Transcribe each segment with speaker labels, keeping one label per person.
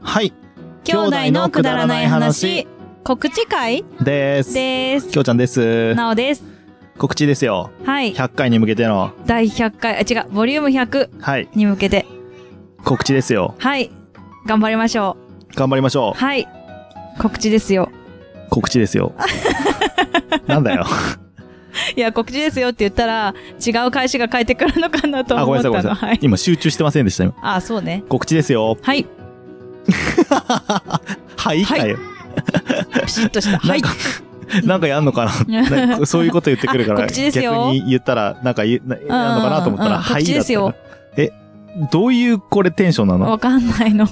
Speaker 1: はい、
Speaker 2: 兄弟のくだらない話告知会
Speaker 1: です。
Speaker 2: です
Speaker 1: きょうちゃんです。
Speaker 2: なおです
Speaker 1: 告知ですよ。
Speaker 2: はい
Speaker 1: 100回に向けての、
Speaker 2: 第100回あ違うボリューム100
Speaker 1: はい、
Speaker 2: に向けて
Speaker 1: 告知ですよ。
Speaker 2: はい頑張りましょ
Speaker 1: 頑張りまし
Speaker 2: う
Speaker 1: ょ
Speaker 2: はい告知ですよ
Speaker 1: う。告知です よ。なんだよ。
Speaker 2: いや告知ですよって言ったら違う返しが返ってくるのかなと
Speaker 1: あ、ご
Speaker 2: 思
Speaker 1: め
Speaker 2: っ
Speaker 1: んなさい、ごめん
Speaker 2: たの
Speaker 1: なさ
Speaker 2: はいい。
Speaker 1: 今集中してませんでした。今
Speaker 2: あそうね
Speaker 1: 告知ですよ。
Speaker 2: はい
Speaker 1: はい、
Speaker 2: はい
Speaker 1: かよ
Speaker 2: ピシッと した
Speaker 1: な
Speaker 2: は
Speaker 1: ん
Speaker 2: い
Speaker 1: か、なんかやんのかななんかそういうこと言ってくるから、
Speaker 2: あ告知ですよ
Speaker 1: 逆に言ったら、なんか言うなやんのかなと思った
Speaker 2: う
Speaker 1: ら、
Speaker 2: ん
Speaker 1: はい
Speaker 2: 告
Speaker 1: だ
Speaker 2: 知で
Speaker 1: っ
Speaker 2: す
Speaker 1: た
Speaker 2: よ
Speaker 1: な。え、どういうこれテンションなの
Speaker 2: わかんないの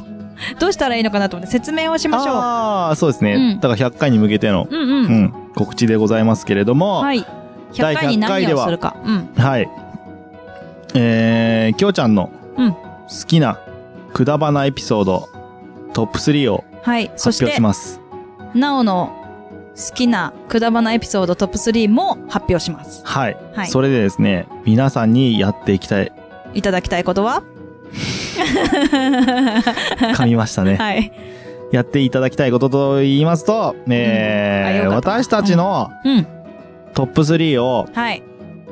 Speaker 2: どうしたらいいのかなと思って説明をしましょう
Speaker 1: ああ、そうですね。
Speaker 2: うん
Speaker 1: だから100回に向けての、
Speaker 2: うんうん、
Speaker 1: うん、告知でございますけれども、はい。
Speaker 2: はい100
Speaker 1: 第
Speaker 2: 回に
Speaker 1: 100回
Speaker 2: 何
Speaker 1: で
Speaker 2: を
Speaker 1: は
Speaker 2: するかうん
Speaker 1: えー、きょうちゃんの、
Speaker 2: うん
Speaker 1: 好きなくだばなエピソード、トップ3を
Speaker 2: はいそし
Speaker 1: 発表
Speaker 2: て
Speaker 1: します。
Speaker 2: なおの好きなくだばなエピソードトップ3も発表します。
Speaker 1: はい。
Speaker 2: はい。
Speaker 1: それでですね、皆さんにやっていき たい。
Speaker 2: いただきたいことは
Speaker 1: 噛みましたね。
Speaker 2: はい。
Speaker 1: やっていただきたいことと言いますと、
Speaker 2: あ
Speaker 1: えー
Speaker 2: よかった
Speaker 1: 私たちの
Speaker 2: うん。
Speaker 1: トップ3を
Speaker 2: はい。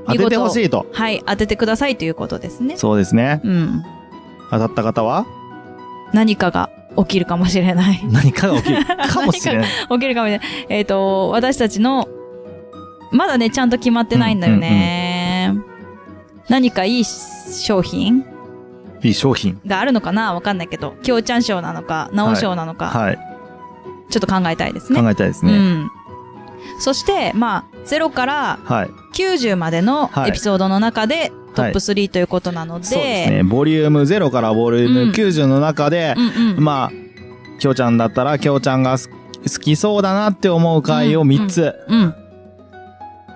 Speaker 1: 当ててほしいと。
Speaker 2: はい。当ててくださいということですね。
Speaker 1: そうですね。
Speaker 2: うん。
Speaker 1: 当たった方は
Speaker 2: 何かが起きるかもしれない。
Speaker 1: 何かが起きるかもしれない。
Speaker 2: 起きるかもしれない。えっ、と、私たちの、まだね、ちゃんと決まってないんだよね。何かいい商品
Speaker 1: いい商品。
Speaker 2: があるのかなわかんないけど、きょうちゃん賞なのか、なお賞なのか、
Speaker 1: はい。
Speaker 2: ちょっと考えたいですね。
Speaker 1: 考えたいです
Speaker 2: う
Speaker 1: ね。
Speaker 2: ん。そして、まあ、0から
Speaker 1: はい。
Speaker 2: 90までの
Speaker 1: はい
Speaker 2: エピソードの中で、トップ
Speaker 1: は
Speaker 2: 3ということなので、
Speaker 1: そうですね。ボリューム0からボリュー
Speaker 2: うん
Speaker 1: ム90の中で、
Speaker 2: うんうん。
Speaker 1: まあ、きょうちゃんだったら、きょうちゃんがす好きそうだなって思う回を3つ。
Speaker 2: うん。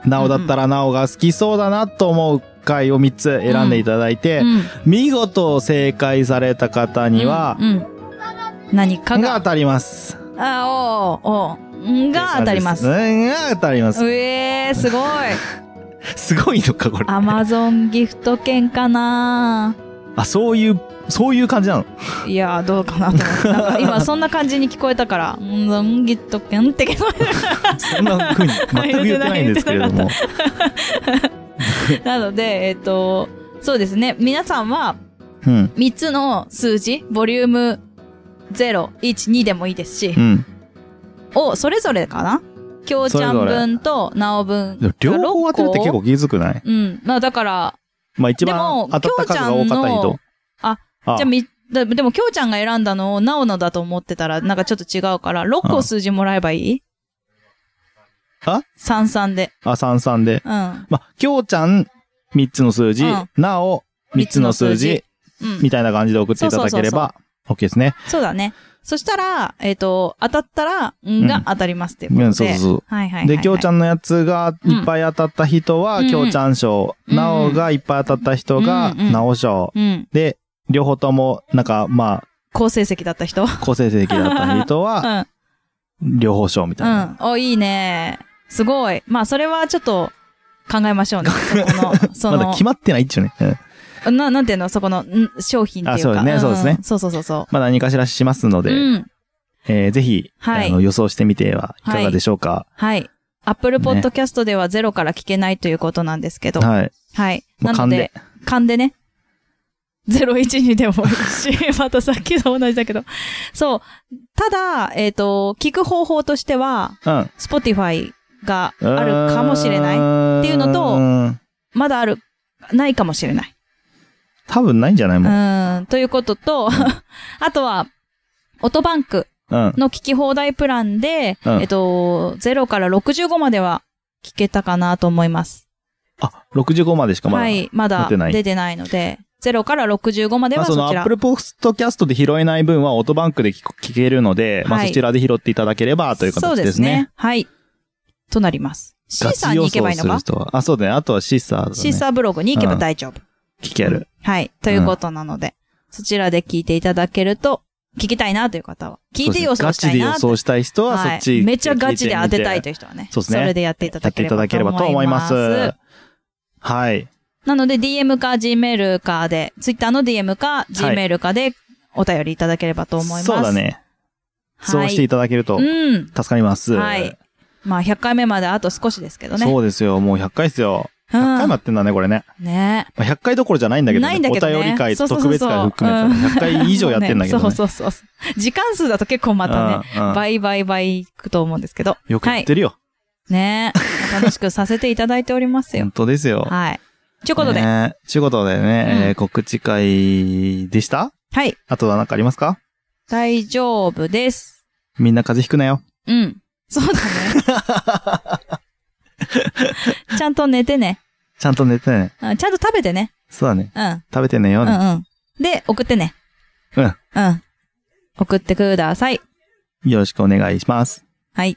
Speaker 1: なおだったら、なおが好きそうだなと思う回を3つ選んでいただいて、
Speaker 2: うん
Speaker 1: 見事正解された方には、
Speaker 2: うんうん何か
Speaker 1: が
Speaker 2: が、
Speaker 1: 当たります。
Speaker 2: あ、おうおう、んが当たります。う
Speaker 1: うんが当たります。
Speaker 2: えー、すごい。
Speaker 1: すごいのか、これ。
Speaker 2: アマゾンギフト券かな
Speaker 1: あ、そういう、そういう感じなの。
Speaker 2: いやー、どうかなと思っ て。なんか今、そんな感じに聞こえたから、アマゾンギフト券って聞こえ
Speaker 1: そんな風に 全く言ってないんですけれども。
Speaker 2: た。なので、 えっ、と、そうですね。皆さんは、
Speaker 1: うん。
Speaker 2: 3つの数字、ボリューム0、1、2でもいいですし
Speaker 1: う、ん。
Speaker 2: をそれぞれかなきょうちゃん
Speaker 1: それぞれ
Speaker 2: 分となお分
Speaker 1: でも。両方当てるって結
Speaker 2: 六
Speaker 1: 構気づくない
Speaker 2: 個。うん。まあだから、
Speaker 1: まあ一
Speaker 2: で
Speaker 1: 番
Speaker 2: も
Speaker 1: 当たった数が多かった
Speaker 2: きょうちゃん
Speaker 1: 人
Speaker 2: の。あ、
Speaker 1: あ
Speaker 2: じゃあみ、だでもきょうちゃんが選んだのをなおのだと思ってたら、なんかちょっと違うから、6
Speaker 1: う
Speaker 2: 個
Speaker 1: ん
Speaker 2: 数字もらえばいい
Speaker 1: あ
Speaker 2: ?33 で。
Speaker 1: あ、三三で。
Speaker 2: うん。
Speaker 1: まあ、きょうちゃん、三つの数字
Speaker 2: うん、
Speaker 1: なお、三つの数字、
Speaker 2: う
Speaker 1: み
Speaker 2: ん。
Speaker 1: たいな感じで送っていただければ、OK ですね。
Speaker 2: そうだね。そしたら、えっ、と、当たったら、ん
Speaker 1: う
Speaker 2: が
Speaker 1: ん
Speaker 2: 当たりますっていううことで。
Speaker 1: ん、そうそうそう。
Speaker 2: はいはいはい、はい。
Speaker 1: で、きょうちゃんのやつがいっぱい当たった人
Speaker 2: う
Speaker 1: は、
Speaker 2: ん
Speaker 1: きょうちゃん賞。
Speaker 2: うん
Speaker 1: なおがいっぱい当たった人が、
Speaker 2: うんうん
Speaker 1: なお賞。
Speaker 2: うん。
Speaker 1: で、両方とも、なんか、ま
Speaker 2: 好成績だった人。
Speaker 1: あ、好成績だった人
Speaker 2: う
Speaker 1: は、
Speaker 2: ん。
Speaker 1: 両方賞みたいな。
Speaker 2: うん。お、いいね。すごい。まあ、それはちょっと考えましょうね。 そこ
Speaker 1: ま
Speaker 2: の、
Speaker 1: だ
Speaker 2: そ
Speaker 1: 決まってないっちゅうね。うん
Speaker 2: の、ななんていうの、そこの、ん商品っていうか。
Speaker 1: あそうね
Speaker 2: ん
Speaker 1: そうですね
Speaker 2: そうそうそうそ
Speaker 1: まあ何かしらしますの
Speaker 2: う。
Speaker 1: で、
Speaker 2: うん。
Speaker 1: えーぜひ、
Speaker 2: はい
Speaker 1: あの予想してみてはいかがでしょうか。
Speaker 2: はい。アップル
Speaker 1: ね
Speaker 2: ポッドキャストではゼロから聞けないということなんですけど。
Speaker 1: はい。
Speaker 2: はい。
Speaker 1: もう
Speaker 2: なの
Speaker 1: 勘で
Speaker 2: で、勘でね。012でもいいし、 またさっきと同じだけど。そう。ただ、えっ、と、聞く方法としては、
Speaker 1: うん。
Speaker 2: Spotify が
Speaker 1: うーん
Speaker 2: あるかもしれない。っていうのと
Speaker 1: うん
Speaker 2: まだある、ないかもしれない。
Speaker 1: 多分ないんじゃないうもん。
Speaker 2: ーん、ということと、 あとは、オトバンク
Speaker 1: うん。
Speaker 2: の聞き放題プランで、
Speaker 1: うん
Speaker 2: えっと、0から65までは聞けたかなと思います。
Speaker 1: あ、65までしかまだ。
Speaker 2: はい、ま
Speaker 1: な
Speaker 2: だ
Speaker 1: ってない
Speaker 2: 出てないので、0から65まで
Speaker 1: まあ
Speaker 2: は
Speaker 1: その
Speaker 2: そ
Speaker 1: ア
Speaker 2: ちら。
Speaker 1: ップルポストキャストで拾えない分はオートバンクで聞こ聞けるので、まあ
Speaker 2: はい
Speaker 1: そちらで拾っていただければという
Speaker 2: そう
Speaker 1: 形
Speaker 2: で
Speaker 1: です
Speaker 2: す
Speaker 1: ね。
Speaker 2: ね。はい。となります。シーサーに行けばいいの
Speaker 1: ガ
Speaker 2: か
Speaker 1: チ予想する人はあ、そうだね。あとはシーサーだね。
Speaker 2: シーサーブログに行けば大丈夫。
Speaker 1: 聞ける。
Speaker 2: はい。ということなので、そちらで聞いていただけると、聞きたいなという方は、聞いて予
Speaker 1: そう
Speaker 2: 想
Speaker 1: で
Speaker 2: し
Speaker 1: すガ
Speaker 2: た
Speaker 1: チで
Speaker 2: い
Speaker 1: 予
Speaker 2: なと。
Speaker 1: 想したい人はそっち。
Speaker 2: めちゃガチで当てたい
Speaker 1: と。
Speaker 2: という人はね。
Speaker 1: そうですね
Speaker 2: それでやっていた
Speaker 1: や
Speaker 2: だ
Speaker 1: って
Speaker 2: け
Speaker 1: い
Speaker 2: れ
Speaker 1: た
Speaker 2: ば
Speaker 1: だければと
Speaker 2: と
Speaker 1: 思
Speaker 2: 思
Speaker 1: い
Speaker 2: い
Speaker 1: ま
Speaker 2: ますす。。
Speaker 1: はい。
Speaker 2: なので DM か Gmail かで、Twitter の DM か Gmail かでお便りいただければと思います。
Speaker 1: そうだ。ね。そうしてい
Speaker 2: い
Speaker 1: ただけると
Speaker 2: うん。
Speaker 1: 助かります。
Speaker 2: はい。まあ、100回目まであと少しですけどね。
Speaker 1: そうですよ。もう100回ですよ。
Speaker 2: う
Speaker 1: 100回
Speaker 2: ん
Speaker 1: もやってんだね、これね。
Speaker 2: ね
Speaker 1: まあ、100回どころじゃないんだけど、
Speaker 2: ないんだけどね
Speaker 1: お便り会
Speaker 2: そ
Speaker 1: と
Speaker 2: うそう
Speaker 1: 特
Speaker 2: そ
Speaker 1: 別
Speaker 2: うそ
Speaker 1: 会
Speaker 2: う
Speaker 1: 含めて、100回以上やってんだけどね。
Speaker 2: そうそうそうそう。時間数だと結構またね、
Speaker 1: うんうん
Speaker 2: 倍倍倍いくと思うんですけど。
Speaker 1: よくやってるよ。
Speaker 2: はい。ね楽しくさせていただいておりますよ
Speaker 1: 本。当ですよ。
Speaker 2: はい。ちゅう
Speaker 1: と
Speaker 2: ことで、
Speaker 1: ねえ。ちゅうことでね、えー告知会でした
Speaker 2: はい。
Speaker 1: あとは何かありますか
Speaker 2: 大丈夫です。
Speaker 1: みんな風邪ひくなよ。
Speaker 2: うん。そうだね。 ちゃんと寝てね。
Speaker 1: ちゃんと寝てね。
Speaker 2: うんちゃんと食べてね。
Speaker 1: そうだね。
Speaker 2: うん。
Speaker 1: 食べて寝よう
Speaker 2: う
Speaker 1: ね。
Speaker 2: んうん。で、送ってね。
Speaker 1: うん
Speaker 2: うん。送ってください。
Speaker 1: よろしくお願いします。
Speaker 2: はい。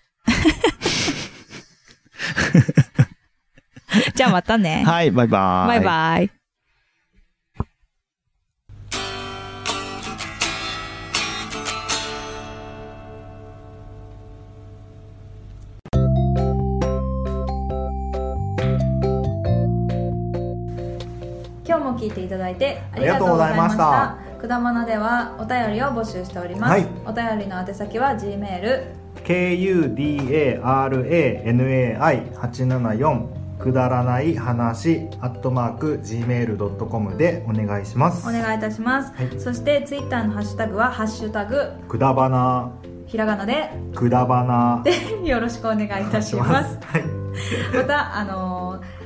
Speaker 2: じゃあまたね。
Speaker 1: はい、バイバーイ。
Speaker 2: バイバイ。今日も聞いていただいてありがとうございました
Speaker 3: あ。
Speaker 2: くだまなではお便りを募集しております。
Speaker 3: はい
Speaker 2: お便りの宛先は G メール
Speaker 3: kudaranai874 くだらない話アットマーク gmail.com でお願いします
Speaker 2: お願いいたします。
Speaker 3: はい
Speaker 2: そしてツイッターのハッシュタグはハッシュタグ
Speaker 3: くだばな
Speaker 2: ひらがなで
Speaker 3: くだばな
Speaker 2: よろしくお願いいたします。
Speaker 3: はい
Speaker 2: また、あのー